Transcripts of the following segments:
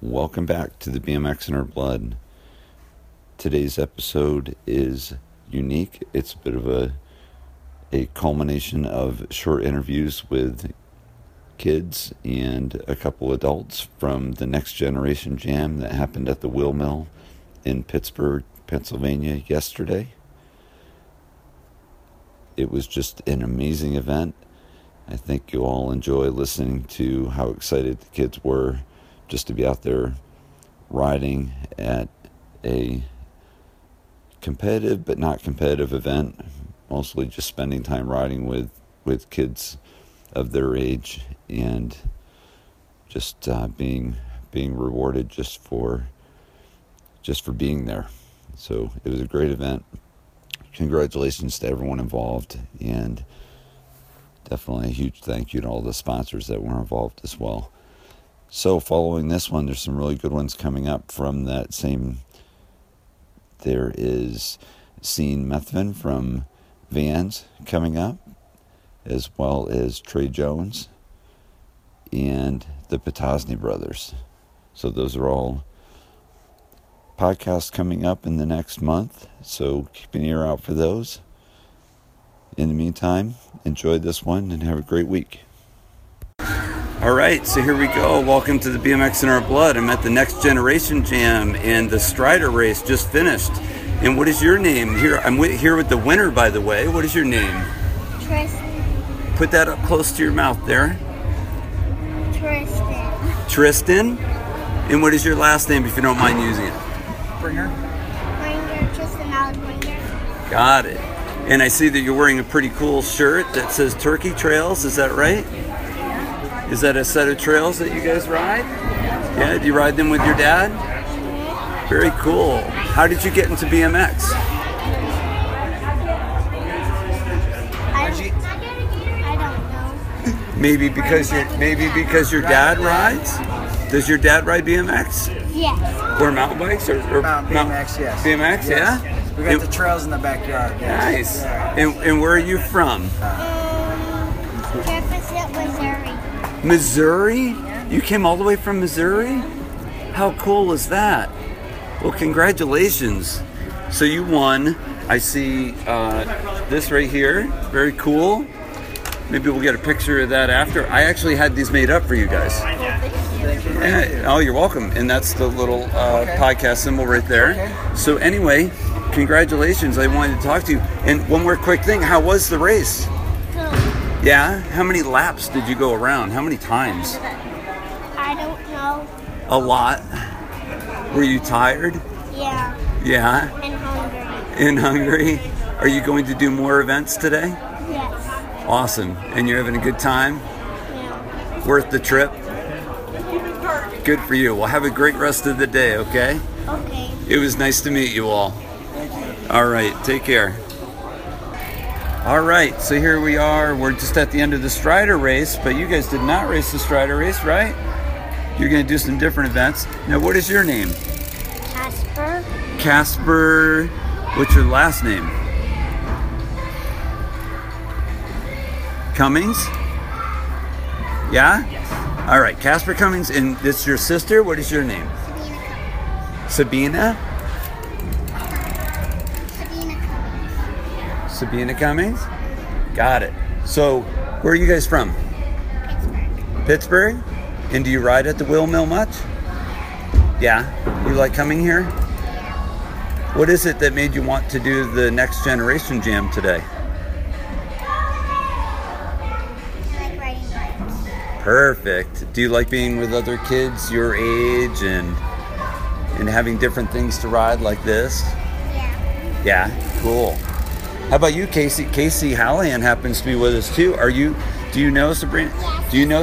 Welcome back to the BMX in Our Blood. Today's episode is unique. It's a bit of a a culmination of short interviews with kids and a couple adults from the Next Generation Jam that happened at the Wheel Mill in Pittsburgh, Pennsylvania yesterday. It was just an amazing event. I think you all enjoy listening to how excited the kids were just to be out there riding at a competitive but not competitive event, mostly just spending time riding with, with kids of their age and just uh, being being rewarded just for just for being there. So it was a great event. Congratulations to everyone involved and definitely a huge thank you to all the sponsors that were involved as well. So following this one, there's some really good ones coming up from that same. There is Scene Methvin from Vans coming up, as well as Trey Jones and the Petosny brothers. So those are all podcasts coming up in the next month. So keep an ear out for those. In the meantime, enjoy this one and have a great week. All right, so here we go. Welcome to the BMX in Our Blood. I'm at the Next Generation Jam, and the Strider race just finished. And what is your name? Here, I'm wi- here with the winner, by the way. What is your name? Tristan. Put that up close to your mouth there, Tristan. Tristan. And what is your last name, if you don't mind using it? Winder. Tristan Allen Winder. Got it. And I see that you're wearing a pretty cool shirt that says Turkey Trails. Is that right? Is that a set of trails that you guys ride? Yeah. Do you ride them with your dad? Very cool. How did you get into BMX? I don't, I don't Maybe because your maybe because your dad rides. Does your dad ride BMX know. Yes. or mountain bikes or, or Uh, mount- BMX, yes. BMX, Yes. yeah. We got And- the trails in the backyard. yes. nice. Yeah. And, and where are you from? Uh, Um, Jefferson, Missouri. Missouri? You came all the way from Missouri? How cool is that? Well, congratulations. So you won. I see uh, this right here. Very cool. Maybe we'll get a picture of that after. I actually had these made up for you guys. Yeah, oh, you're welcome. And that's the little uh, podcast symbol right there. Okay. So anyway, congratulations. I wanted to talk to you. And one more quick thing. How was the race? So Yeah. How many laps did you go around? How many times? I don't know. a lot. Were you tired? Yeah. Yeah. And hungry. In Hungary? Are you going to do more events today? Yes. Awesome. And you're having a good time? Yeah. Worth the trip? Good for you. Well, have a great rest of the day, okay? Okay. It was nice to meet you all. All right, take care. All right, so here we are. We're just at the end of the Strider race, but you guys did not race the Strider race, right? You're going to do some different events. Now, what is your name? Casper. Casper, what's your last name? Cummings? Yeah? Yes. All right, Casper Cummings, and this is your sister. What is your name? Sabina? Sabina Cummings. Sabina Cummings? Got it. So, where are you guys from? Pittsburgh. Pittsburgh? And do you ride at the wheel mill much? Yeah. You like coming here? What is it that made you want to do the Next Generation Jam today? I like riding bikes. Perfect. Do you like being with other kids your age and and having different things to ride like this? Yeah. Yeah, cool. How about you, Casey? Casey Hallahan happens to be with us too. Are you? Do you know Sabrina? Yes. Do you know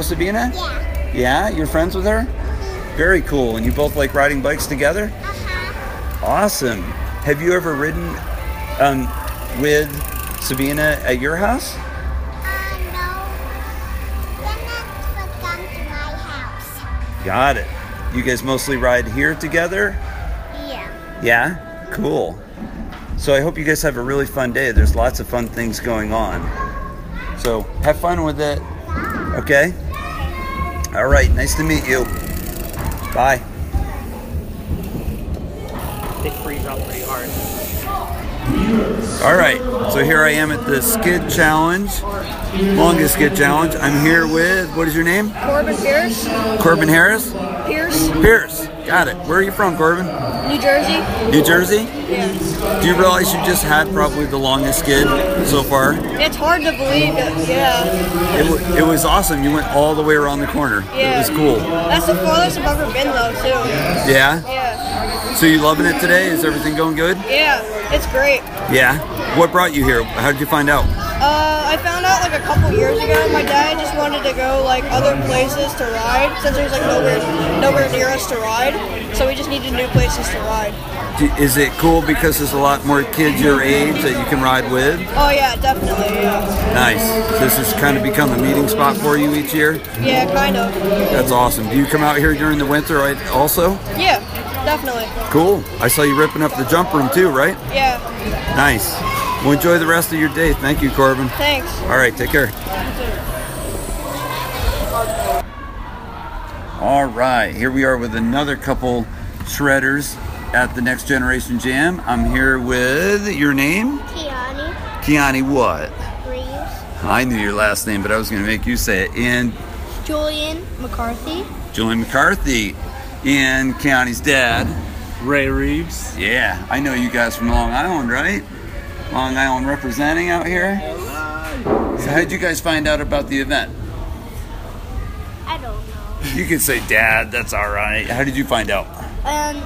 Yeah. Sabina? Mm-hmm. Yeah, you're friends with her. Very cool. And you both like riding bikes together. Uh-huh. Awesome. Have you ever ridden um, with Sabina at your house? Uh, no. Then that's come to my house. Got it. You guys mostly ride here together. Yeah. Yeah, cool. So I hope you guys have a really fun day. There's lots of fun things going on. So have fun with it. Okay? All right, nice to meet you. Bye. they freeze up pretty hard. All right, so here I am at the Skid Challenge, longest Skid Challenge. I'm here with, what is your name? Corbin Pierce. Corbin Harris? Pierce, Pierce. Got it. Where are you from, Corbin? New Jersey. New Jersey? Yeah. Do you realize you just had probably the longest skid so far? It's hard to believe that, yeah. It, w- it was awesome. You went all the way around the corner. It Yeah. was cool. That's the farthest I've ever been, though, too. Yeah? Yeah. So you loving it today? Is everything going good? Yeah. It's great. Yeah? What brought you here? How did you find out? Uh, I found out like a couple years ago. My dad just wanted to go like other places to ride since there's like nowhere nowhere near us to ride. So we just needed new places to ride. Do- Is it cool because there's a lot more kids your age that you can ride with? Oh yeah, definitely. Yeah. Nice. This has kind of become the meeting spot for you each year. Yeah, kind of. That's awesome. Do you come out here during the winter right, also? Yeah, definitely. Cool. I saw you ripping up the jump room too, right? Yeah. Nice. Well, enjoy the rest of your day. Thank you, Corbin. Thanks. All right, take care. All right, here we are with another couple shredders at the Next Generation Jam. I'm here with your name, Keanu Kiani. What? Reeves, I knew your last name, but I was going to make you say it. And Julian McCarthy, Julian McCarthy, and Kiani's dad. Ray Reeves. Yeah, I know you guys from Long Island, right? Long Island representing out here. So, how'd you guys find out about the event? I don't know. You can say dad, that's all right. How did you find out? Um,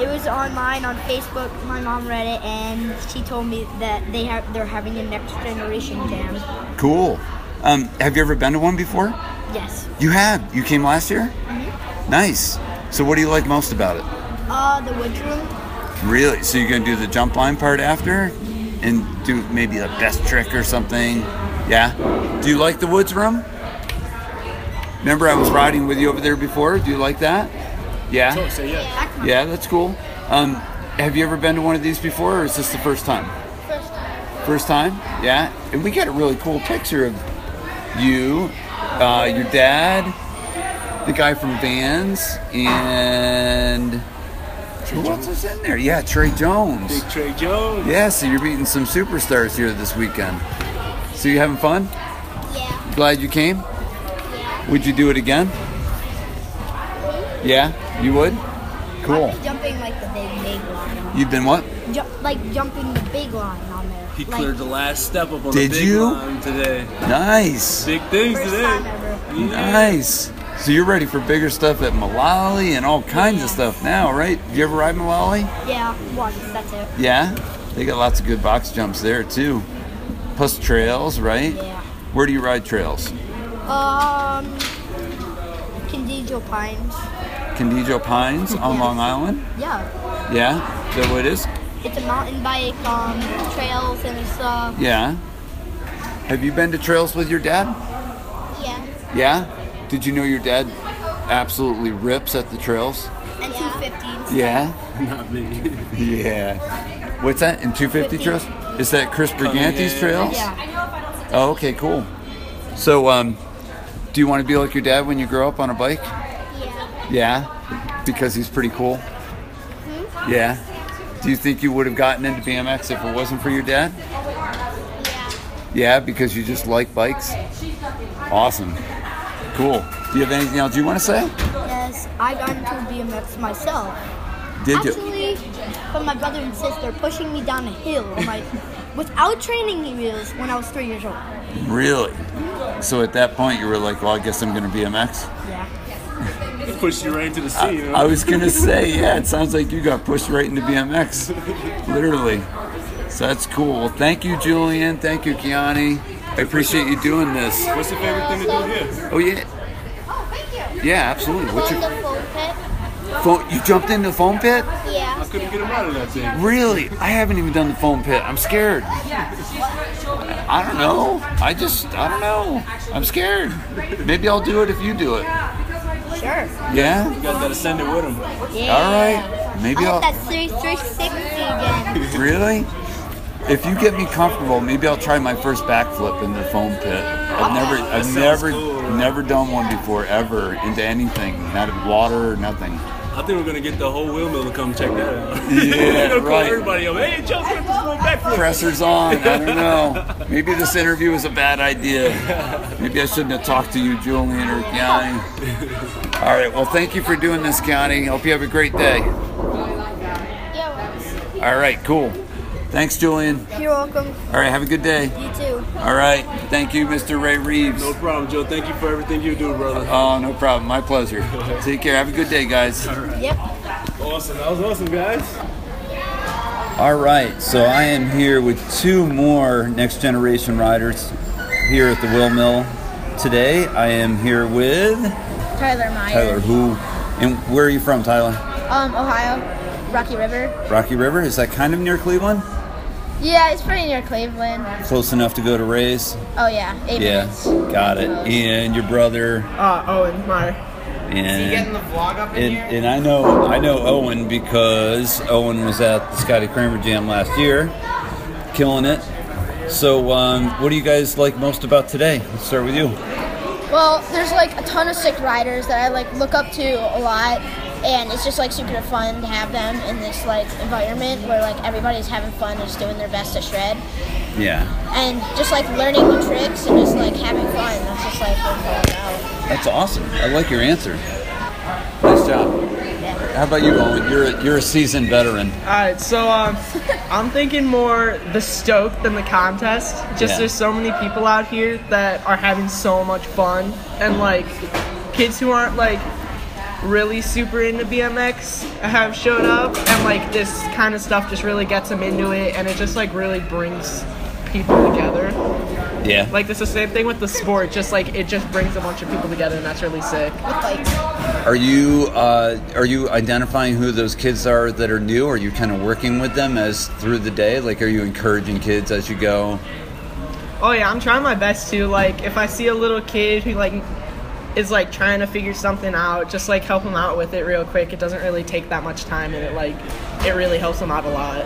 it was online on Facebook. My mom read it, and she told me that they have they're having a next generation jam. Cool. Um, have you ever been to one before? Yes. Mm-hmm. You have. You came last year? Nice. So, what do you like most about it? Uh, the witch room. Really? So, you're going to do the jump line part after and do maybe a best trick or something? Yeah. Do you like the woods room? Remember, I was riding with you over there before. Do you like that? Yeah. So, so yeah. Yeah, that's cool. Um, have you ever been to one of these before, or is this the first time? First time. First time? Yeah. And we got a really cool picture of you, uh, your dad, the guy from Vans, and who else is in there? Yeah, Trey Jones. Big Trey Jones. Yeah, so you're meeting some superstars here this weekend. So you having fun? Yeah. Glad you came. Yeah. Would you do it again? Yeah, you would? Cool. Jumping like the big big line. You've been what? Ju- like jumping the big line on there. He like, cleared the last step up on Did the big you? line today. Nice. Big things first today. time ever. Nice. So you're ready for bigger stuff at Malali and all kinds of stuff now, right? You ever ride Malali? Yeah. Once. That's it. Yeah. They got lots of good box jumps there too. Plus trails, right? Yeah. Where do you ride trails? Um, Candido Pines. Candido Pines on Long Island? Yeah, Yeah. Is that what it is? it's a mountain bike, um, trails and stuff. Yeah. Have you been to trails with your dad? Yeah, Yeah? Did you know your dad absolutely rips at the trails? and 215s. Yeah. Not me. Yeah. What's that? In 250 trails? Is that Chris Briganti's in. trails? Oh, Yeah, Oh, okay, cool. So, um, do you want to be like your dad when you grow up on a bike? yeah. Yeah, because he's pretty cool. Yeah. Do you think you would have gotten into BMX if it wasn't for your dad? Yeah, because you just like bikes. Awesome. Cool. Do you have anything else you want to say? Yes, I got into BMX myself. Did you? Actually, from my brother and sister pushing me down a hill on my, without training wheels when I was three years old. Really? So at that point, you were like, "Well, I guess I'm going to BMX." Yeah. He pushed you right into the sea. you know? I was gonna say, yeah, it sounds like you got pushed right into BMX, literally. So that's cool. Well, thank you, Julian. Thank you, Kiani. I appreciate you doing this. What's your favorite thing to do here? Oh yeah, Oh, thank you. yeah, absolutely. What's your the foam pit. phone? You jumped in the foam pit? I Yeah. couldn't get him out of that thing. Really? I haven't even done the foam pit. I'm scared. I don't know. I just, I don't know. I'm scared. Maybe I'll do it if you do it. Sure. Yeah. You guys gotta send it with him. Yeah. All right. I Maybe got I'll. that 3- 360 again. Really? If you get me comfortable, maybe I'll try my first backflip in the foam pit. I've never, I've never, never done one before ever into anything, not in water or nothing. I I think we're gonna get the whole wheel mill to come check that out. Yeah, We're gonna call right. everybody up. Hey, Joe, get this one back for Pressure's on. I don't know. Maybe this interview was a bad idea. Maybe I shouldn't have talked to you, Julian or Johnny. All right. Well, thank you for doing this, Johnny. Hope you have a great day. All right. Cool. Thanks, Julian. You're welcome. All right. Have a good day. You too. All right. Thank you, Mr. Ray Reeves. No problem, Joe. Thank you for everything you do, brother. Oh, no problem. My pleasure. Take care. Have a good day, guys. Yep. Awesome. That was awesome, guys. All right, so I am here with two more next generation riders here at the Will Mill today. I am here with Tyler Meyer. Tyler, who, and where are you from, Tyler? Um, Ohio, Rocky River. Rocky River? Is that kind of near Cleveland? Yeah, it's pretty near Cleveland. Close enough to go to Rays? Oh yeah, eight Yeah, minutes. got it. And your brother? Uh, Owen Meyer. And, the vlog up and, and I know I know Owen because Owen was at the Scotty Kramer Jam last year, killing it. So, um, what do you guys like most about today? Let's start with you. Well, there's like a ton of sick riders that I like look up to a lot, and it's just like super fun to have them in this like environment where like everybody's having fun and just doing their best to shred, Yeah. and just like learning new tricks and just like having fun. That's just like what it's all about. That's awesome. I like your answer. Nice job. How about you, Owen? You're a, you're a seasoned veteran. Alright, so um, I'm thinking more the stoke than the contest. Just Yeah. there's so many people out here that are having so much fun, and like kids who aren't like really super into BMX have showed up, and like this kind of stuff just really gets them into it, and it just like really brings people together. Yeah. Like it's the same thing with the sport, just like it just brings a bunch of people together, and that's really sick. Are you uh, are you identifying who those kids are that are new? Are you kind of working with them as through the day? Like, are you encouraging kids as you go? Oh yeah, I'm trying my best to like if I see a little kid who like is like trying to figure something out, just like help them out with it real quick. It doesn't really take that much time and it like it really helps them out a lot.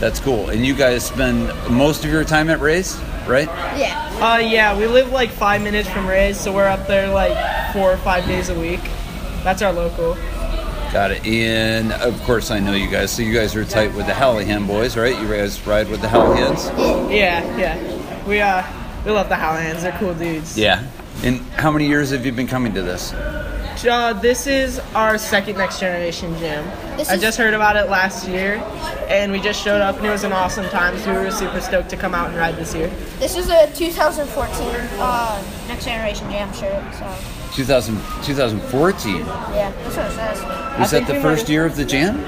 That's cool. And you guys spend most of your time at race, right? Yeah. Uh yeah, we live like 5 minutes from Ray's, so we're up there like 4 or 5 days a week. That's our local. Got it. And of course, I know you guys. So you guys are tight with the Hallahan boys, right? You guys ride with the Hallahan's. Yeah, yeah. We uh we love the Howlands. They're cool dudes. Yeah. And how many years have you been coming to this? Uh, this is our second next generation gym. This I is- just heard about it last year, and we just showed up, and it was an awesome time. So we were super stoked to come out and ride this year. This is a 2014 uh, Next Generation Jam shirt, so 2000, 2014. yeah, that's what it says. Was that think the we first might- year of the jam?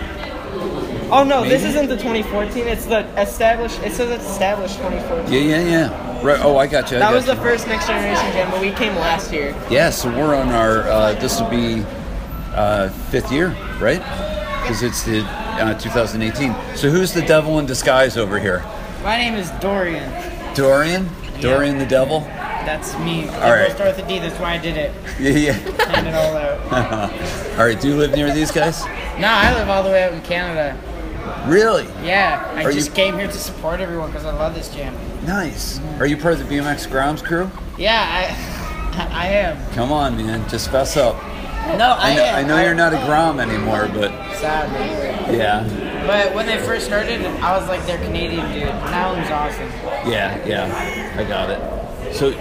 Oh no, this Maybe. isn't the 2014. It's the established. It says it's established 2014. Yeah, yeah, yeah. Right. Oh, I got you. I That got was you. the first next generation gym, but we came last year. Yeah. So we're on our. Uh, this will be uh, fifth year, right? Because it's the uh, 2018. So who's the devil in disguise over here? My name is Dorian. Dorian. Dorian the devil. That's me. All right. Start with a D. That's why I did it. Yeah, yeah. Hand it all out. All right. Do you live near these guys? No, I live all the way out in Canada. Really? Yeah, I Are just you- came here to support everyone because I love this gym. Nice. Are you part of the BMX grounds crew? Yeah, I, I am. Come on, man. Just fess up. No, I know, I know you're not a Grom anymore, but Sadly. yeah, But when they first started, I was like, they're Canadian, dude. Now it's awesome. yeah, yeah. I got it. So,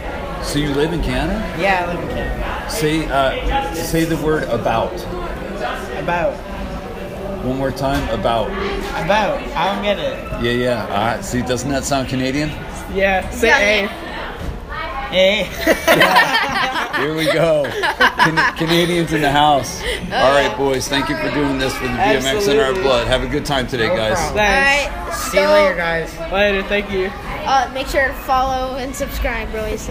so you live in Canada? Yeah, I live in Canada. Say uh, say the word about About. one more time. About About. I don't get it. yeah yeah. Uh, see, doesn't that sound Canadian? Yeah, say A. A. Here we go. Can- Canadians in the house. All right, boys. Thank you for doing this for the BMX in our Oh, Absolutely. blood. Have a good time today, guys. All Thanks. right. See you later, guys. Later, thank you. Uh, make sure to follow and subscribe, boys.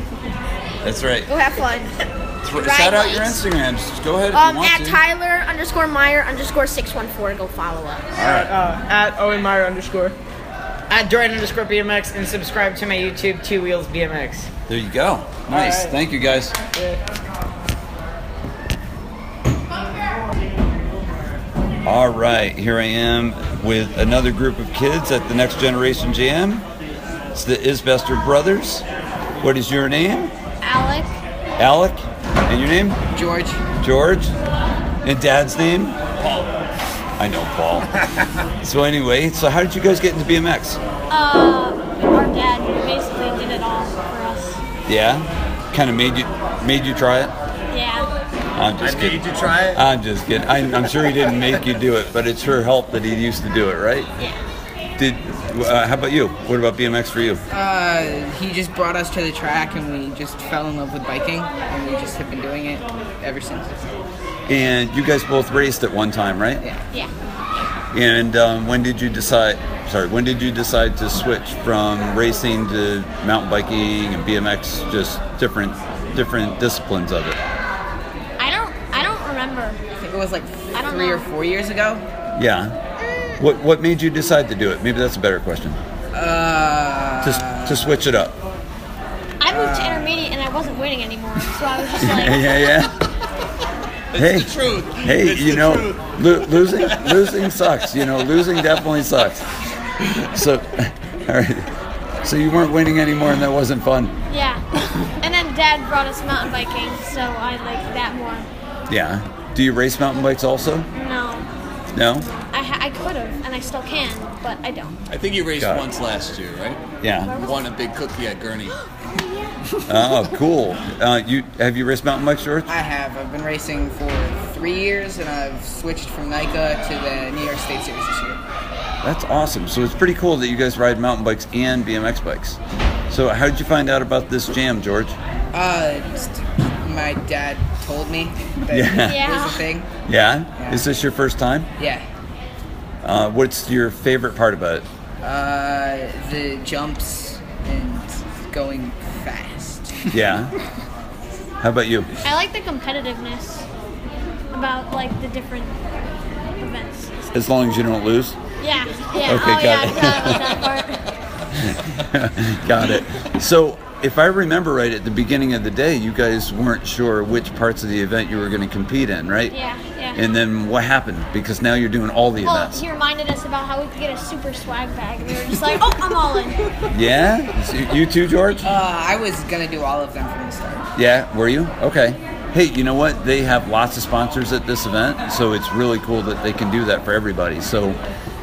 That's right. Go have fun. Th- Right, shout out your guys. Instagrams. Go ahead if Um, you want at to. Tyler underscore Meyer underscore six one four. Go follow us. All right. Uh, at Owen Meyer underscore. at Jordan underscore BMX and subscribe to my YouTube Two Wheels BMX. There you go. Nice. right. Thank you, guys. All right, here I am with another group of kids at the Next Generation Jam. It's the Isbester Brothers. What is your name? Alec. Alec. And your name? George. George. And dad's name? Paul. I know Paul. so anyway, so how did you guys get into BMX? Uh, our dad basically did it all for us. Yeah, kind of made you made you try it. Yeah. I'm just I kidding. made you try it? I'm just kidding. I, I'm sure he didn't make you do it, but it sure helped that he used to do it, right? Yeah. Did uh, how about you? What about BMX for you? Uh, he just brought us to the track and we just fell in love with biking and we just have been doing it ever since. And you guys both raced at one time, right? Yeah. And um, when did you decide? Sorry, when did you decide to switch from racing to mountain biking and BMX? Just different, different disciplines of it. I don't. I don't remember. I think it was like I don't Three know. or four years ago, Yeah. What What made you decide to do it? Maybe that's a better question. uh, To s- to switch it up. I moved to intermediate and I wasn't winning anymore, so I was just like, yeah, yeah. Hey, the truth. hey, It's you the know, truth. lo- losing losing sucks. You know, losing definitely sucks. So, all right. So you weren't winning anymore, and that wasn't fun. yeah. And then Dad brought us mountain biking, so I like that more. Yeah. Do you race mountain bikes also? No, No. I ha- I could have, and I still can, but I don't. I think you raced Got it. once last year, right? Yeah. Won a big cookie at Gurney. Oh, cool. Uh, you have you raced mountain bikes, George? I have. I've been racing for three years and I've switched from NICA to the New York State Series this year. That's awesome. So it's pretty cool that you guys ride mountain bikes and BMX bikes. So how did you find out about this jam, George? Uh, just- my dad told me that Yeah. it Yeah. was a thing. Yeah. Is this your first time? Yeah. Uh, what's your favorite part about it? Uh, the jumps and going fast. Yeah. How about you? I like the competitiveness about like the different events. As long as you don't lose. Yeah, yeah. Okay, oh got yeah, it. I forgot about that part. Got it. So, if I remember right, at the beginning of the day, you guys weren't sure which parts of the event you were going to compete in, right? Yeah, yeah. And then what happened? Because now you're doing all the Well, events. he reminded us about how we could get a super swag bag, and we were just like, "Oh, I'm all in." Yeah? So You too, George? Uh, I was gonna do all of them from the start. Yeah, were you? Okay. Hey, you know what? They have lots of sponsors at this event, so it's really cool that they can do that for everybody. So,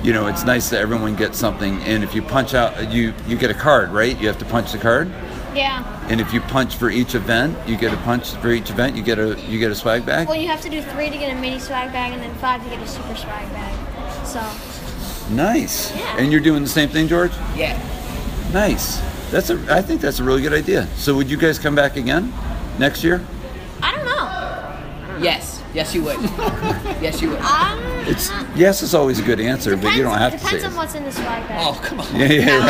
you know, it's nice that everyone gets something. And if you punch out, you you get a card, right? You have to punch the card. Yeah. And if you punch for each event, you get a punch for each event. You get a you get a swag bag. Well, you have to do three to get a mini swag bag, and then five to get a super swag bag. So, Nice. And you're doing the same thing, George. Yeah. Nice. That's a. I think that's a really good idea. So would you guys come back again next year? I don't know. Yes, yes, you would. yes, you would. Um, It's yes is always a good answer, but you don't have to say. depends it. on what's in the swag bag. Oh come on. Yeah, yeah,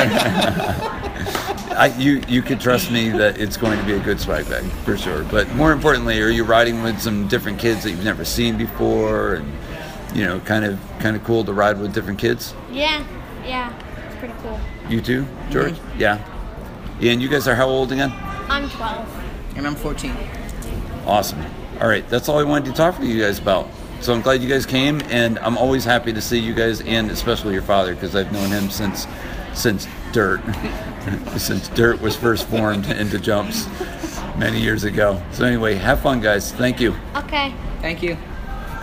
right. I, you you could trust me that it's going to be a good swag bag for sure. But more importantly, are you riding with some different kids that you've never seen before, and you know, kind of kind of cool to ride with different kids? Yeah, yeah. It's pretty cool. You too, George. Yeah. Yeah, and you guys are how old again? I'm 12. And I'm 14. Awesome. All right, that's all I wanted to talk to you guys about. So I'm glad you guys came, and I'm always happy to see you guys, and especially your father, because I've known him since since dirt, since dirt was first formed into jumps many years ago. So anyway, have fun, guys. Thank you. Okay. Thank you.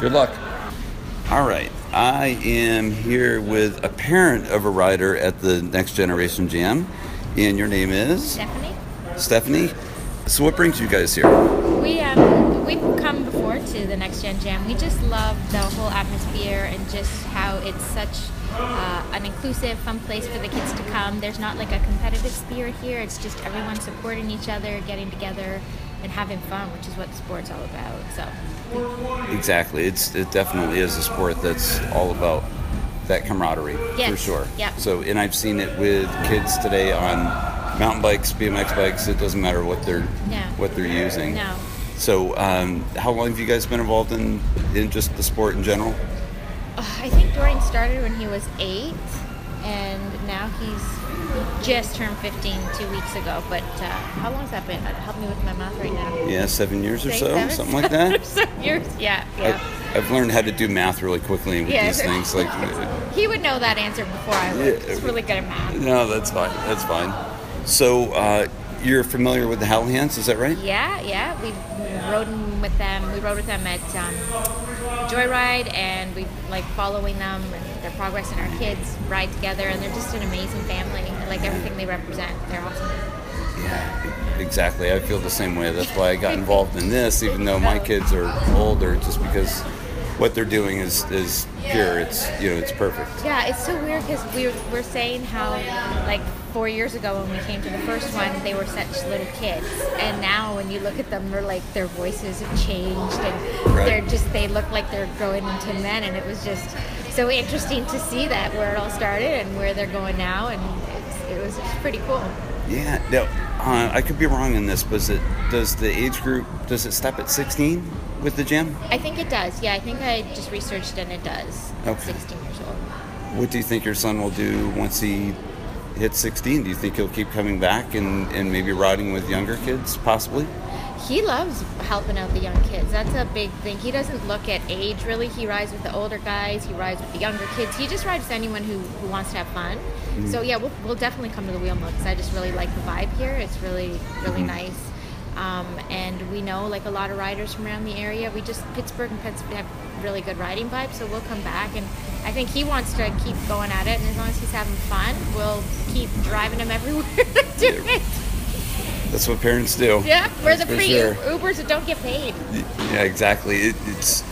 Good luck. All right, I am here with a parent of a rider at the Next Generation Jam, and your name is Stephanie. Stephanie. So what brings you guys here? We um we've come before to the Next Gen Jam. We just love the whole atmosphere and just how it's such uh, an inclusive, fun place for the kids to come. There's not like a competitive spirit here. It's just everyone supporting each other, getting together, and having fun, which is what sports all about. So Exactly. It's it definitely is a sport that's all about that camaraderie for Yes. sure. Yep. So and I've seen it with kids today on mountain bikes, BMX bikes. It doesn't matter what they're No. what they're using. No. So um, how long have you guys been involved in in just the sport in general? uh, I think Dorian started when he was eight, and now he's just turned 15 two weeks ago. But uh, how long has that been? Uh, Help me with my math right now. Yeah, seven years or Six, so, seven, something like seven that. or so years. Yeah, yeah. I, I've learned how to do math really quickly with Yeah. these things. Like, uh, he would know that answer before I would. Yeah. He's really good at math. no, that's fine. That's fine. So uh, you're familiar with the Hallhands, is that right? Yeah, yeah. We rode in with them. We rode with them at um, Joyride, and we like following them and their progress, and our kids ride together, and they're just an amazing family. I like everything they represent, they're awesome. Exactly. I feel the same way. That's why I got involved in this, even though my kids are older, just because what they're doing is, is pure. It's you know, it's perfect. Yeah, it's so weird because we were- we're saying how like four years ago when we came to the first one, they were such little kids, and now when you look at them, they're like their voices have changed, and Right. they're just they look like they're growing into men, and it was just so interesting to see that where it all started and where they're going now, and it's, it was just pretty cool. Yeah. Now, uh, I could be wrong in this, but is it, does the age group does it stop at 16 with the gym? I think it does. Yeah, I think I just researched and it does. Okay. 16 years old. What do you think your son will do once he hits 16? Do you think he'll keep coming back and, and maybe riding with younger kids, possibly? He loves helping out the young kids. That's a big thing. He doesn't look at age really. He rides with the older guys. He rides with the younger kids. He just rides with anyone who, who wants to have fun. Mm-hmm. Mhm. So yeah, we'll, we'll definitely come to the wheel mill because I just really like the vibe here. It's really Mm-hmm. really Mhm. nice. Um, and we know like a lot of riders from around the area. We just Pittsburgh and Pittsburgh have really good riding vibes, so we'll come back. And I think he wants to keep going at it. And as long as he's having fun, we'll keep driving him everywhere to do it. That's what parents do. Yeah, we're the That's for free sure. Ubers that don't get paid. Yeah, exactly. It, it's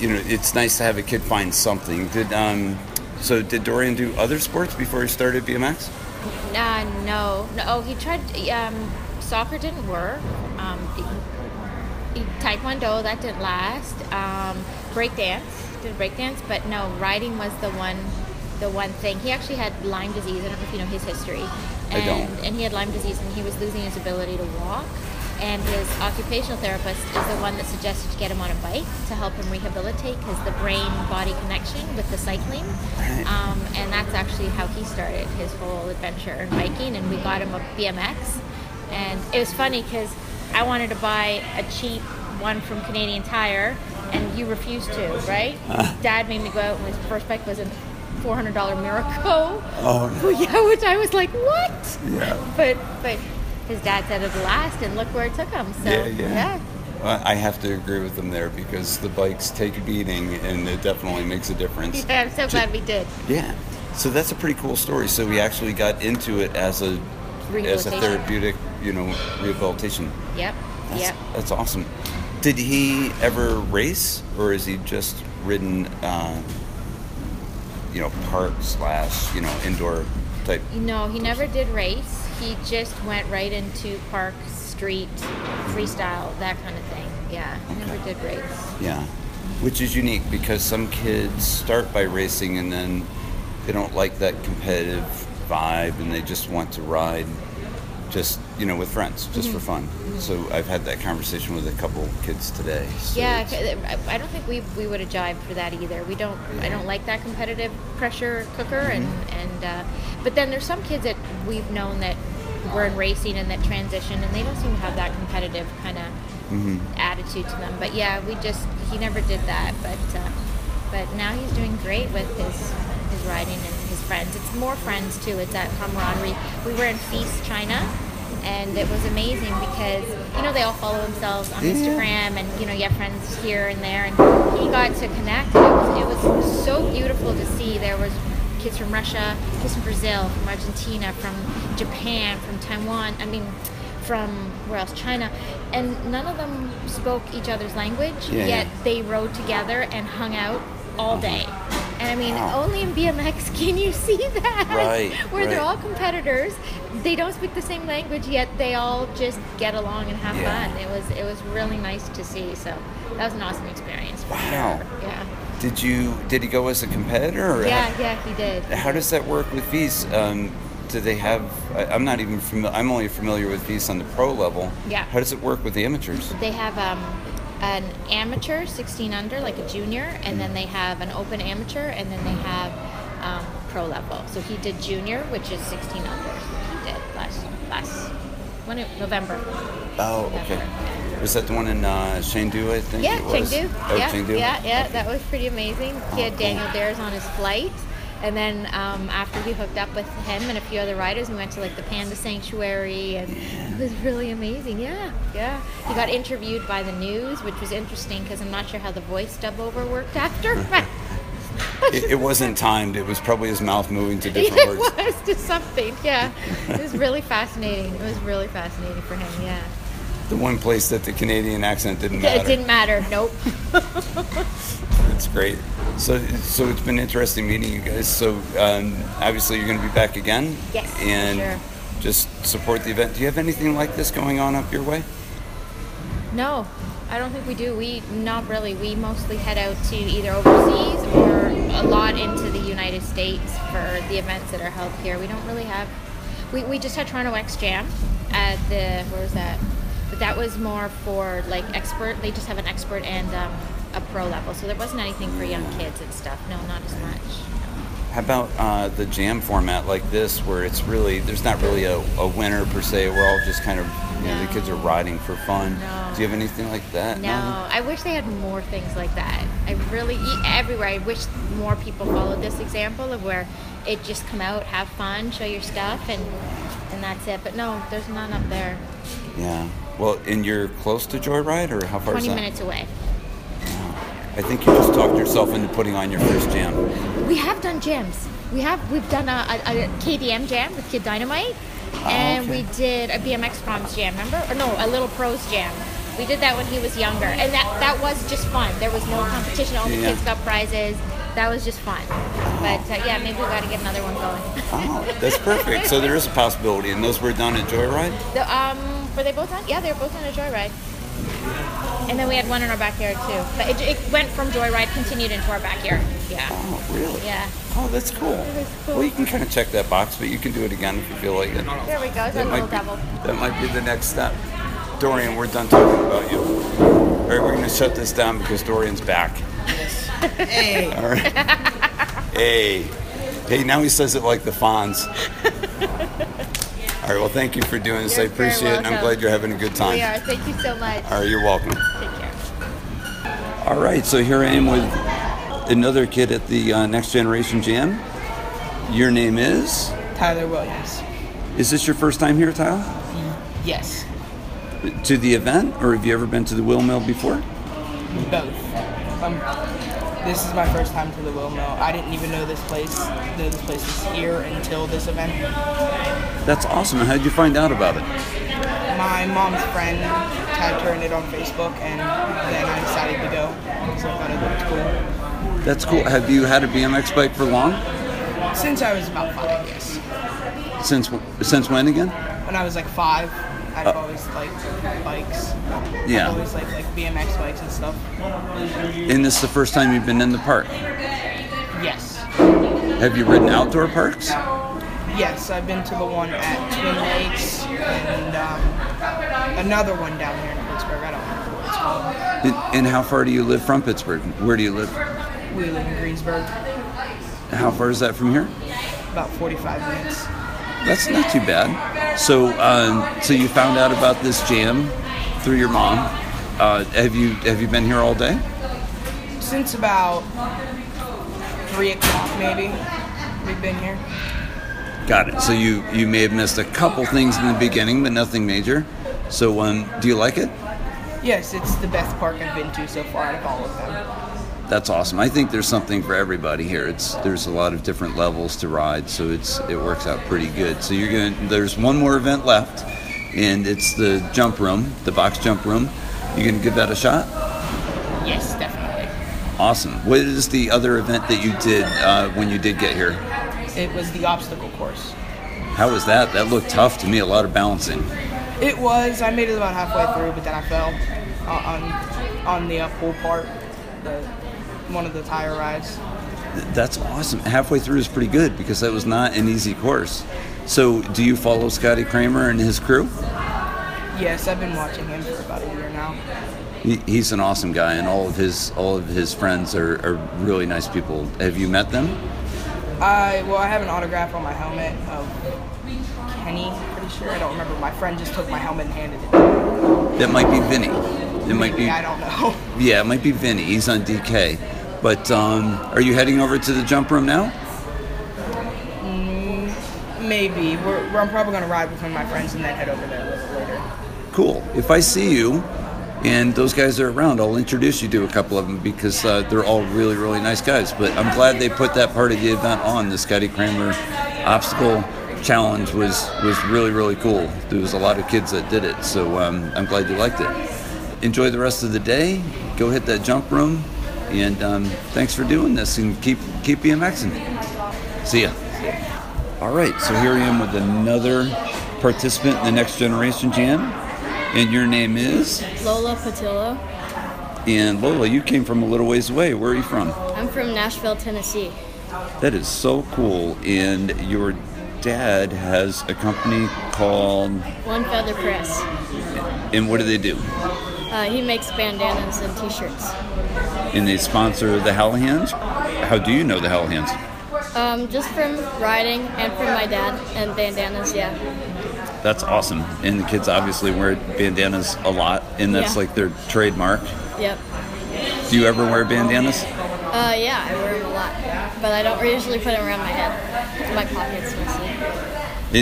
you know it's nice to have a kid find something. Did um, so did Dorian do other sports before he started BMX? Uh, no, no. Oh, he tried. Um, soccer didn't work. Um, he, he, taekwondo that didn't last. Um, breakdance did breakdance, but no, riding was the one, the one thing. He actually had Lyme disease. I don't know if you know his history. I And, don't. And he had Lyme disease, and he was losing his ability to walk. And his occupational therapist is the one that suggested to get him on a bike to help him rehabilitate because the brain-body connection with the cycling. Right. Um, and that's actually how he started his whole adventure in biking. And we got him a BMX. And it was funny because I wanted to buy a cheap one from Canadian Tire, and you refused to, right? Dad made me go out, and his first bike was a $400 Miraco. Oh, no. yeah, which I was like, what? Yeah. But but his dad said it'll last, and look where it took him. So Yeah, yeah. Uh, I I have to agree with them there because the bikes take a beating and it definitely makes a difference. Yeah, I'm so glad we did. Yeah. So that's a pretty cool story. So we actually got into it as a as a Rehabilitation. therapeutic, you know, rehabilitation. Yep. That's, Yep. That's awesome. Did he ever race, or is he just ridden, um, you know, park slash you know indoor type? No, he never did race. He just went right into park, street, Mm-hmm. freestyle, that kind of thing. Yeah, he never did race. Yeah, which is unique because some kids start by racing and then they don't like that competitive vibe and they just want to ride just you know with friends just for Mhm. fun. Mhm. So I've had that conversation with a couple kids today. So Yeah, it's- c- I- I don't think we, we would have jived for that either. We don't. I don't like that competitive pressure cooker, and and uh, but then there's some kids that we've known that were in racing and that transition, and they don't seem to have that competitive kind of Mm-hmm. Mhm. attitude to them. But yeah, we just he never did that. But uh, but now he's doing great with his his riding and his friends. It's more friends too. It's that camaraderie. We were in Feast China, and it was amazing because you know they all follow themselves on Yeah. Instagram, and you know you have friends here and there, and he got to connect. And it was it was so beautiful to see. There was kids from Russia, kids from Brazil, from Argentina, from Japan, from Taiwan. I mean, from where else? China, and none of them spoke each other's language. Yeah, yet yeah. Oh they rode together and hung out all day. And I mean, Wow. only in BMX can you see that. Right, Where they're right. all competitors, they don't speak the same language, yet they all just get along and have Yeah. fun. It was it was really nice to see. So that was an awesome experience. for sure. Wow. Yeah. Did you did he go as a competitor? Or Yeah, yeah, he did. How does that work with these? Um, do they have? I, I'm not even familiar. I'm only familiar with these on the pro level. Yeah. How does it work with the amateurs? They have um, an amateur, 16 under, like a junior, and Mm. then they have an open amateur, and then they have um, pro level. So he did junior, which is 16 under. He did last last when it, November. Oh, okay. Was that the one in uh, Chengdu? I think. Yeah, it was? Chengdu. Oh, yeah, Chengdu. Oh, yeah, yeah. That was pretty amazing. He had Daniel Dares on his flight, And then um, after we hooked up with him and a few other riders, we went to like the panda sanctuary, and it was really amazing. Yeah, yeah. He got interviewed by the news, which was interesting because I'm not sure how the voice dub over worked after. It, it wasn't timed. It was probably his mouth moving to different it words. was just something. Yeah, it was really fascinating. It was really fascinating for him. Yeah, The one place that the Canadian accent didn't matter. it didn't matter. Nope. That's great. So, so it's been interesting meeting you guys. So, um, obviously, you're going to be back again. Yes, for And sure. just support the event. Do you have anything like this going on up your way? No, I don't think we do. We not really. We mostly head out to either overseas or a lot into the United States for the events that are held here. We don't really have. We, we just had Toronto X Jam at the where was that? But that was more for like expert. They just have an expert and um, a pro level, so there wasn't anything for young kids and stuff. No, not as much. How about uh, the jam format like this, where it's really there's not really a, a winner per se. We're all just kind of you know, the No. kids are riding for fun. No. Do you have anything like that? No, I wish they had more things like that. I really e- everywhere. I wish more people followed this example of where it just come out, have fun, show your stuff, and and that's it. But no, there's none up there. Yeah. Well, and you're close to Joyride, or how far is Twenty that? minutes away. I think you just talked yourself into putting on your first jam. We have done jams. We have we've done a, a, a KDM jam with Kid Dynamite, and Ah, okay. we did a BMX Proms jam. Remember? Or no, a Little Pros jam. We did that when he was younger, and that that was just fun. There was no competition. All the Yeah. kids got prizes. That was just fun. But uh, yeah, maybe we got to get another one going. Oh, that's perfect. so there is a possibility, and those were done at Joyride. The, um, were they both on? Yeah, they were both on a joyride. And then we had one in our backyard too. But it, it went from joyride, continued into our backyard. Yeah. Oh, really? Yeah. Oh, that's cool. Well, you can kind of check that box, but you can do it again if you feel like it. There we go. It's That our might little be- devil. That might be the next step. Dorian, we're done talking about you. All right, we're going to shut this down because Dorian's back. Hey. All right. hey. Hey, now he says it like the Fonz. All right, well, thank you for doing this. I You're very appreciate it. and I'm welcome. glad you're having a good time. We are. Thank you so much. All right, you're welcome. Take care. All right, so here I am with another kid at the uh, Next Generation Jam. Your name is? Tyler Williams. Is this your first time here, Tyler? Yes. To the event, or have you ever been to the Wheel Mill before? Both. Um, this is my first time to the Will Mill. I didn't even know this place. Know this place was here until this event. That's awesome. How did you find out about it? My mom's friend tagged her in it on Facebook, and then I decided to go. So I thought it looked cool. That's cool. Have you had a BMX bike for long? Since I was about five, yes. Since since when again? When I was like five, I've Uh, always liked bikes. Yeah. I've always liked like BMX bikes and stuff. And this is the first time you've been in the park. Yes. Have you ridden outdoor parks? Yes, I've been to the one at Twin Lakes and um, another one down here in Pittsburgh. I don't remember what it's called. And, and how far do you live from Pittsburgh? Where do you live? We live in Greensburg, How far is that from here? about 45 minutes. That's not too bad. So um, so you found out about this jam through your mom. Uh, have you have you been here all day? Since about 3 o'clock, maybe, we've been here. Got it. So you you may have missed a couple things in the beginning, but nothing major. So um, do you like it? Yes, it's the best park I've been to so far out of all of them. That's awesome. I think there's something for everybody here. It's there's a lot of different levels to ride, so it's it works out pretty good. So you're going there's one more event left, and it's the jump room, the box jump room. You gonna give that a shot? Yes, definitely. Awesome. What is the other event that you did uh, when you did get here? It was the obstacle course. How was that? That looked tough to me. A lot of balancing. It was. I made it about halfway through, but then I fell on on, on the uphill part, the one of the tire rides. Th- That's awesome. Halfway through is pretty good because that was not an easy course. So do you follow Scotty Kramer and his crew? Yes, I've been watching him for about a year now. He, he's an awesome guy, and all of his all of his friends are, are really nice people. Have you met them? I well, I have an autograph on my helmet of Kenny. Pretty sure I don't remember. My friend just took my helmet and handed it. to me. That might be Vinny. It might be. I don't know. Yeah, it might be Vinny. He's on DK. But um, are you heading over to the jump room now? Mm, Maybe. We're, we're, I'm probably going to ride with one of my friends and then head over there a little later. Cool. If I see you and those guys are around, I'll introduce you to a couple of them because uh, they're all really, really nice guys. But I'm glad they put that part of the event on. The Scotty Kramer obstacle challenge was, was really, really cool. There was a lot of kids that did it, so um, I'm glad you liked it. Enjoy the rest of the day. Go hit that jump room. And um, thanks for doing this and keep, keep BMXing. See ya. All right, so here I am with another participant in the Next Generation Jam, and your name is Lola Patillo. And Lola, you came from a little ways away. Where are you from? I'm from Nashville, Tennessee. That is so cool. And your dad has a company called One Feather Press. And what do they do? Uh, he makes bandanas and T-shirts. And they sponsor the Hallahands. How do you know the Hallahands? Um, just from riding and from my dad and bandanas, yeah. That's awesome. And the kids obviously wear bandanas a lot, and that's Yeah. like their trademark. Yep. Do you ever wear bandanas? Uh, yeah, I wear them a lot, but I don't usually put them around my head. In my pockets mostly.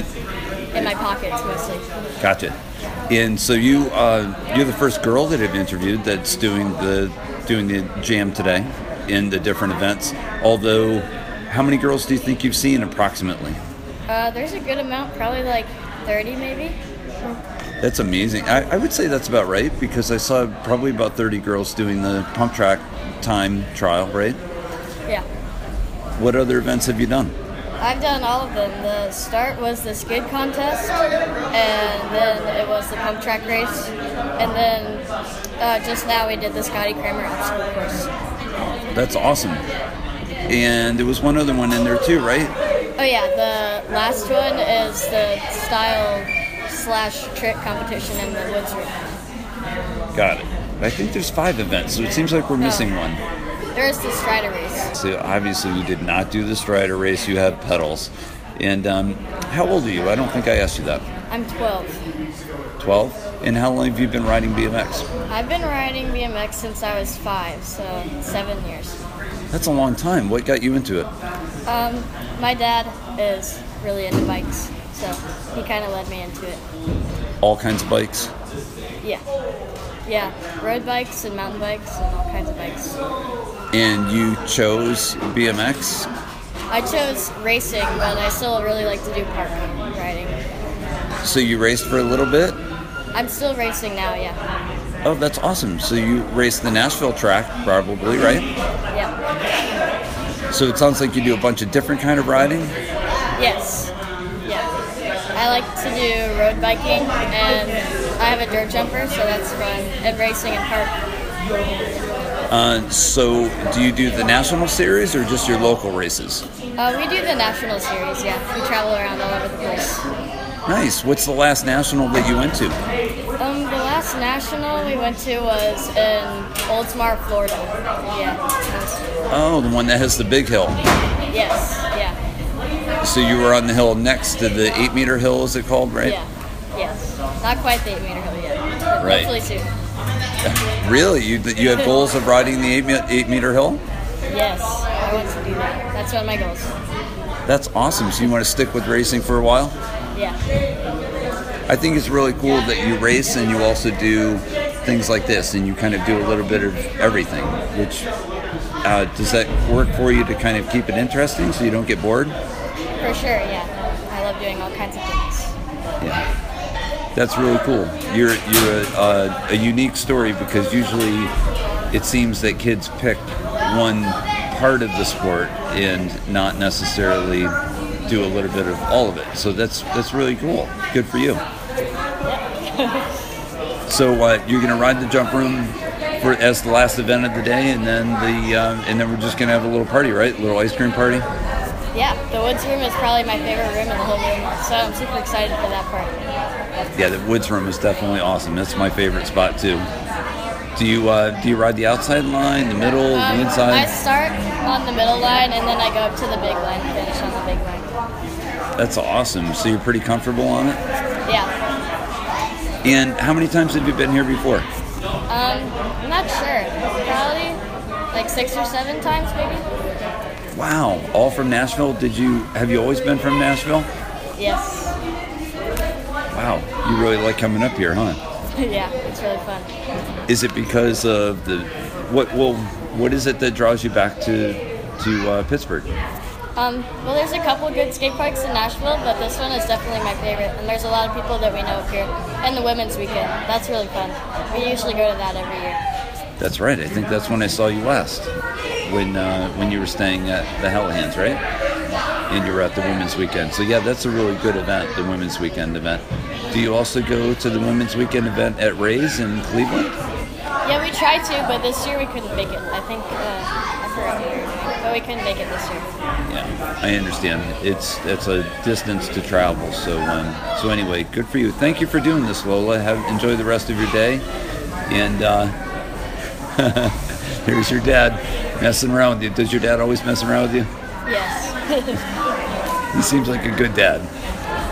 It, In my pockets mostly. gotcha. And so you, uh, you're the first girl that I've interviewed that's doing the doing the jam today in the different events. Although, how many girls do you think you've seen approximately? Uh, there's a good amount, probably like 30 maybe. That's amazing. I, I would say that's about right because I saw probably about 30 girls doing the pump track time trial, right? Yeah. What other events have you done? I've done all of them. The start was the skid contest, and then it was the pump track race, and then uh, just now we did the Scotty Kramer obstacle course. That's awesome. And there was one other one in there too, right? Oh yeah, the last one is the style slash trick competition in the woods room. Got it. I think there's five events, so it seems like we're missing one. There is the strider race. So obviously, you did not do the Strider race. You have pedals. And um, how old are you? I don't think I asked you that. I'm 12. 12? And how long have you been riding BMX? I've been riding BMX since I was five, so seven years. That's a long time. What got you into it? Um, my dad is really into bikes, so he kind of led me into it. All kinds of bikes. Yeah. Yeah, road bikes and mountain bikes and all kinds of bikes. And you chose BMX. I chose racing, but I still really like to do park riding. So you raced for a little bit. I'm still racing now, yeah. Oh, that's awesome. So you raced the Nashville track, probably, right? Yeah. So it sounds like you do a bunch of different kind of riding. Yes. Yeah. I like to do road biking, and I have a dirt jumper, so that's fun. And racing and park. Uh, so do you do the national series or just your local races? Uh, we do the national series, yeah. We travel around all over the place. Nice. What's the last national that you went to? Um, the last national we went to was in Oldsmar, Florida. Yeah. Oh, the one that has the big hill. Yes. Yeah. So you were on the hill next to the eight meter hill, is it called, right? Yeah. Yes. Not quite the eight meter hill yet. but Right. Hopefully soon. Really? You you have goals of riding the eight, me- eight meter hill? Yes, I want to do that. That's one of my goals. That's awesome. So you want to stick with racing for a while? Yeah. I think it's really cool that you race and you also do things like this, and you kind of do a little bit of everything. Which uh, does that work for you to kind of keep it interesting so you don't get bored? For sure, yeah. I love doing all kinds of things. Yeah, that's really cool. You're you're a, a, a unique story because usually it seems that kids pick one part of the sport and not necessarily do a little bit of all of it. So that's that's really cool. Good for you. So uh, you're gonna ride the jump room for as the last event of the day, and then the um, and then we're just gonna have a little party, right? A little ice cream party. yeah, the woods room is probably my favorite room in the whole room, so I'm super excited for that part. Yeah, the woods room is definitely awesome. That's my favorite spot too. Do you uh, do you ride the outside line, the middle, Um, the I inside? start on the middle line and then I go up to the big line and finish on the big line. That's awesome. So you're pretty comfortable on it. Yeah. And how many times have you been here before? Um, I'm not sure. Probably like six or seven times, maybe. Wow, all from Nashville. Did you have you always been from Nashville? Yes. Wow, you really like coming up here, huh? yeah, it's really fun. Is it because of the what? Well, what is it that draws you back to to uh, Pittsburgh? Um, well, there's a couple good skate parks in Nashville, but this one is definitely my favorite. And there's a lot of people that we know up here. And the Women's Weekend, that's really fun. We usually go to that every year. That's right. I think that's when I saw you last, when uh, when you were staying at the Hellhands, right? And you were at the Women's Weekend. So yeah, that's a really good event, the Women's Weekend event. Do you also go to the Women's Weekend event at Rays in Cleveland? Yeah, we tried to, but this year we couldn't make it. I think, uh, I forgot the year, but we couldn't make it this year. Yeah, I understand. It's it's a distance to travel. So um, so anyway, good for you. Thank you for doing this, Lola. Have enjoy the rest of your day, and uh, here's your dad messing around with you. Does your dad always mess around with you? Yes. He seems like a good dad.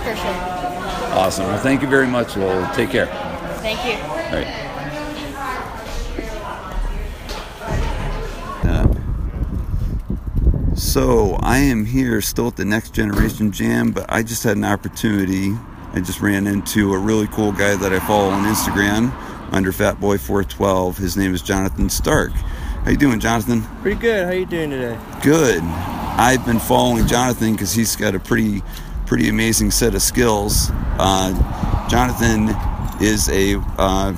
For sure. Awesome. Well, thank you very much, Lola. Take care. Thank you. All right. Uh, So I am here still at the Next Generation Jam, but I just had an opportunity. I just ran into a really cool guy that I follow on Instagram under Fatboy412. His name is Jonathan Stark. How you doing, Jonathan? Pretty good. How you doing today? Good. I've been following Jonathan because he's got a pretty, pretty amazing set of skills. Uh, Jonathan is a uh,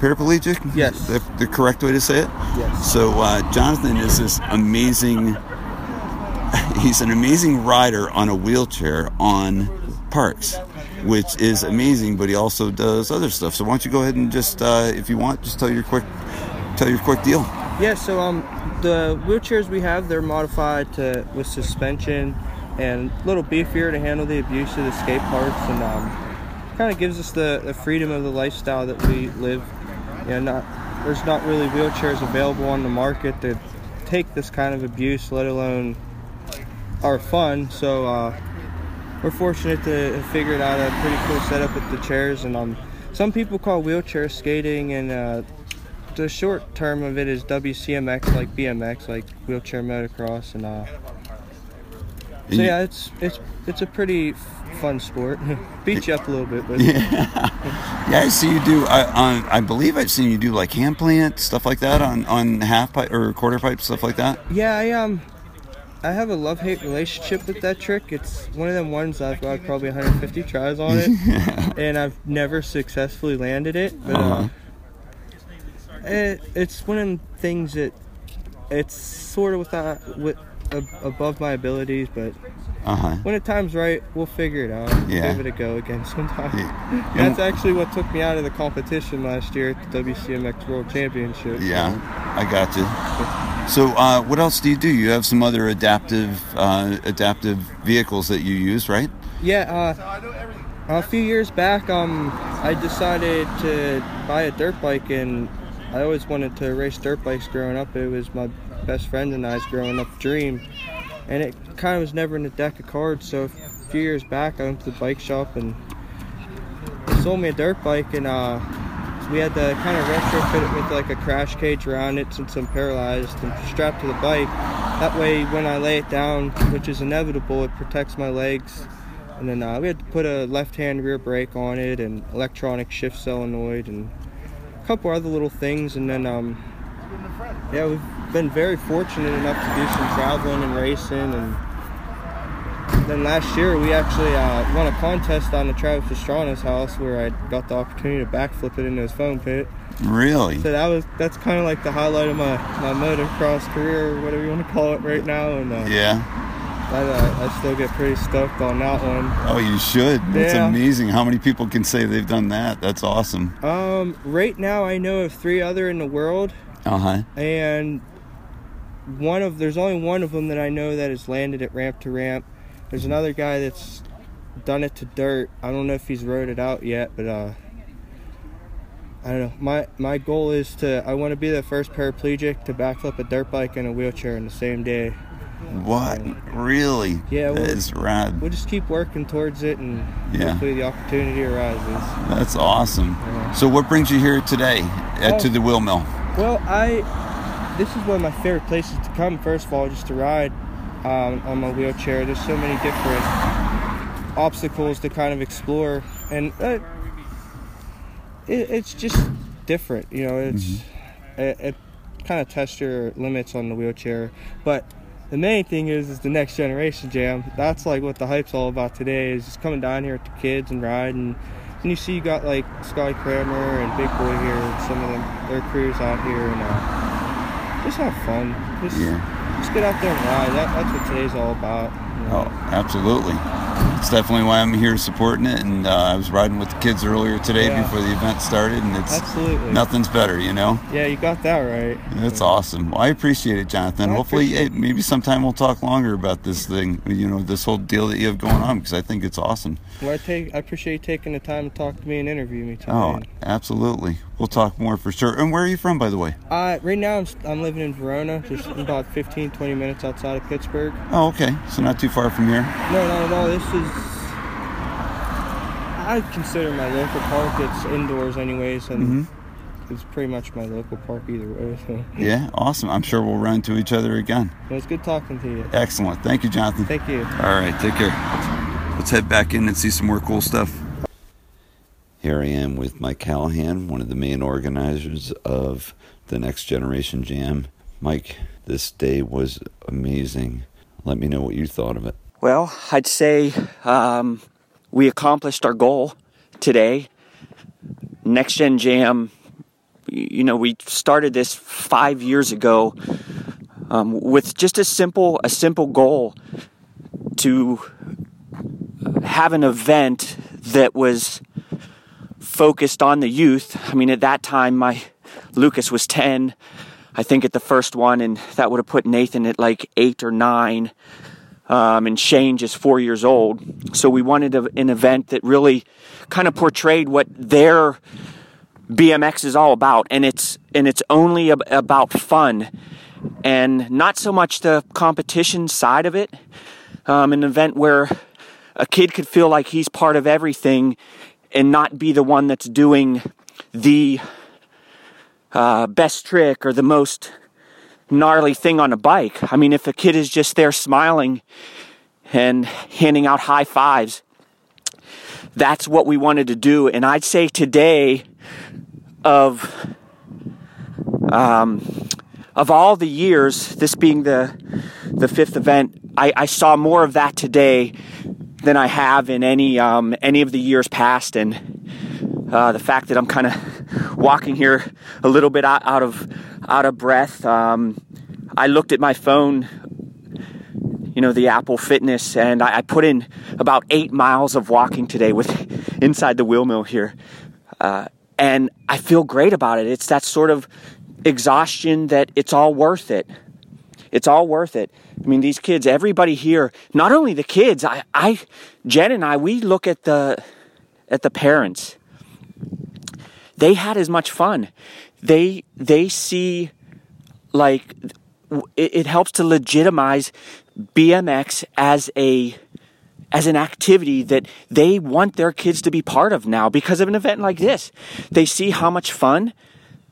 paraplegic. Yes. The, the correct way to say it. Yes. So uh, Jonathan is this amazing. He's an amazing rider on a wheelchair on parks, which is amazing. But he also does other stuff. So why don't you go ahead and just, uh, if you want, just tell your quick, tell your quick deal. Yeah. So um, the wheelchairs we have they're modified to with suspension and a little beefier to handle the abuse of the skate parks and um, kind of gives us the, the freedom of the lifestyle that we live. You know, not there's not really wheelchairs available on the market that take this kind of abuse, let alone are fun. So uh, we're fortunate to have figured out a pretty cool setup with the chairs. And um, some people call wheelchair skating, and uh, the short term of it is WCMX, like BMX, like wheelchair motocross, and uh, And so you- yeah, it's it's it's a pretty f- fun sport. Beat you up a little bit, but Yeah, I see you do. I, I, I believe I've seen you do like hand plant stuff like that on on half pipe or quarter pipe stuff like that. Yeah, I um, I have a love hate relationship with that trick. It's one of them ones I've got probably 150 tries on it, and I've never successfully landed it. But Uh-huh. uh it, it's one of them things that it's sort of without with ab above my abilities, but. Uh-huh. When the time's right, we'll figure it out. Yeah. Give it a go again sometime. Yeah. That's actually what took me out of the competition last year at the WCMX World Championship. Yeah, I got you. So, uh, what else do you do? You have some other adaptive uh, adaptive vehicles that you use, right? Yeah, uh, a few years back, um, I decided to buy a dirt bike, and I always wanted to race dirt bikes growing up. It was my best friend and I's growing up dream, and it kind of was never in the deck of cards. So a few years back, I went to the bike shop and they sold me a dirt bike, and uh, we had to kind of retrofit it with like a crash cage around it since I'm paralyzed and strapped to the bike. That way, when I lay it down, which is inevitable, it protects my legs. And then uh, we had to put a left-hand rear brake on it, and electronic shift solenoid, and a couple other little things. And then, um, yeah, we've been very fortunate enough to do some traveling and racing. And then last year we actually uh, won a contest on the Travis Pastrana's house where I got the opportunity to backflip it into his foam pit. Really? So that was that's kind of like the highlight of my my motocross career, or whatever you want to call it, right now. And uh, Yeah. I, uh, I still get pretty stoked on that one. Oh, you should. That's Yeah. amazing. How many people can say they've done that? That's awesome. Um, right now I know of three other in the world, Uh Uh-huh. huh. and one of there's only one of them that I know that has landed at ramp to ramp. There's another guy that's done it to dirt. I don't know if he's rode it out yet, but uh, I don't know. My my goal is to I want to be the first paraplegic to backflip a dirt bike and a wheelchair in the same day. What? Really? Yeah, That we'll- is rad. We'll just keep working towards it, and Uh, Yeah. hopefully the opportunity arises. That's awesome. So, what brings you here today at, Oh. to the wheel mill? Well, I this is one of my favorite places to come. First of all, just to ride um, on my wheelchair. There's so many different obstacles to kind of explore, and uh, it, it's just different. You know, it's it, it kind of tests your limits on the wheelchair, but. The main thing is, is the next generation jam. That's like what the hype's all about today. Is just coming down here with the kids and riding. And you see, you got like Sky Kramer and Big Boy here, and some of them, their crews out here, and uh, just have fun. Just, just get out there and ride. That, that's what today's all about. you know. Oh, absolutely. It's definitely why I'm here supporting it. And uh, I was riding with the kids earlier today Yeah. before the event started, and it's Absolutely. nothing's better, you know. Yeah, you got that right. That's awesome. Well, I appreciate it, Jonathan. I Hopefully, appreciate hey, maybe sometime we'll talk longer about this thing, you know, this whole deal that you have going on, because I think it's awesome. Well, I take, I appreciate you taking the time to talk to me and interview me today. Oh, absolutely. We'll talk more for sure. And where are you from, by the way? Uh, right now, I'm, s- I'm living in Verona, just about 15, 20 minutes outside of Pittsburgh. Oh, okay. So not too far from here. No, not at all. This is. I consider my local park. It's indoors, anyways, and it's pretty much my local park either way. So. Yeah, awesome. I'm sure we'll run into each other again. It was good talking to you. Excellent. Thank you, Jonathan. Thank you. All right, take care. Let's head back in and see some more cool stuff. Here I am with Mike Callahan, one of the main organizers of the Next Generation Jam. Mike, this day was amazing. Let me know what you thought of it. Well, I'd say um, we accomplished our goal today. Next Gen Jam, y- you know, we started this five years ago um, with just a simple a simple goal to have an event that was focused on the youth. I mean, at that time, my Lucas was ten. I think at the first one, and that would have put Nathan at like eight or nine um, and Shane just four years old. So we wanted a, an event that really kind of portrayed what their BMX is all about, and it's and it's only ab- about fun, and not so much the competition side of it. Um, an event where a kid could feel like he's part of everything, and not be the one that's doing the uh, best trick or the most gnarly thing on a bike. I mean, if a kid is just there smiling and handing out high fives, that's what we wanted to do. And I'd say today, of um, of all the years, this being the the fifth event, I, I saw more of that today than I have in any um, any of the years past, and uh, the fact that I'm kind of walking here a little bit out, out of out of breath. Um, I looked at my phone, you know, the Apple Fitness, and I, I put in about eight miles of walking today with inside the wheel mill here, uh, and I feel great about it. It's that sort of exhaustion that it's all worth it. It's all worth it. I mean, these kids, everybody here, not only the kids, I, I, Jen and I, we look at the, at the parents they had as much fun. They they see like w- it, it helps to legitimize BMX as a as an activity that they want their kids to be part of now because of an event like this. They see how much fun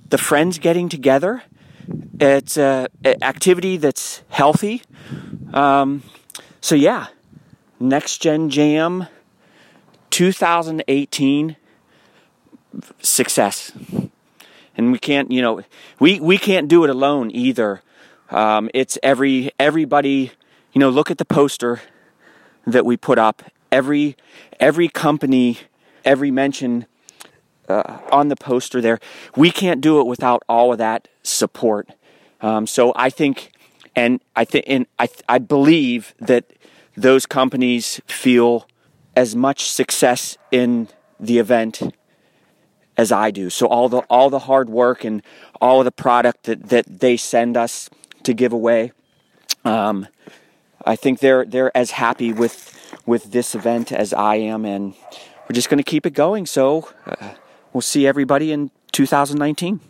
the friends getting together. It's a a activity that's healthy. Um, so yeah, next gen jam 2018 success. And we can't, you know, we, we can't do it alone either. Um, it's every everybody, you know, look at the poster that we put up. Every every company, every mention uh, on the poster there. We can't do it without all of that support. Um, so I think, and I think, and I, th- I believe that those companies feel as much success in the event as I do. So all the all the hard work and all of the product that that they send us to give away, um, I think they're they're as happy with with this event as I am, and we're just going to keep it going. So uh, we'll see everybody in 2019.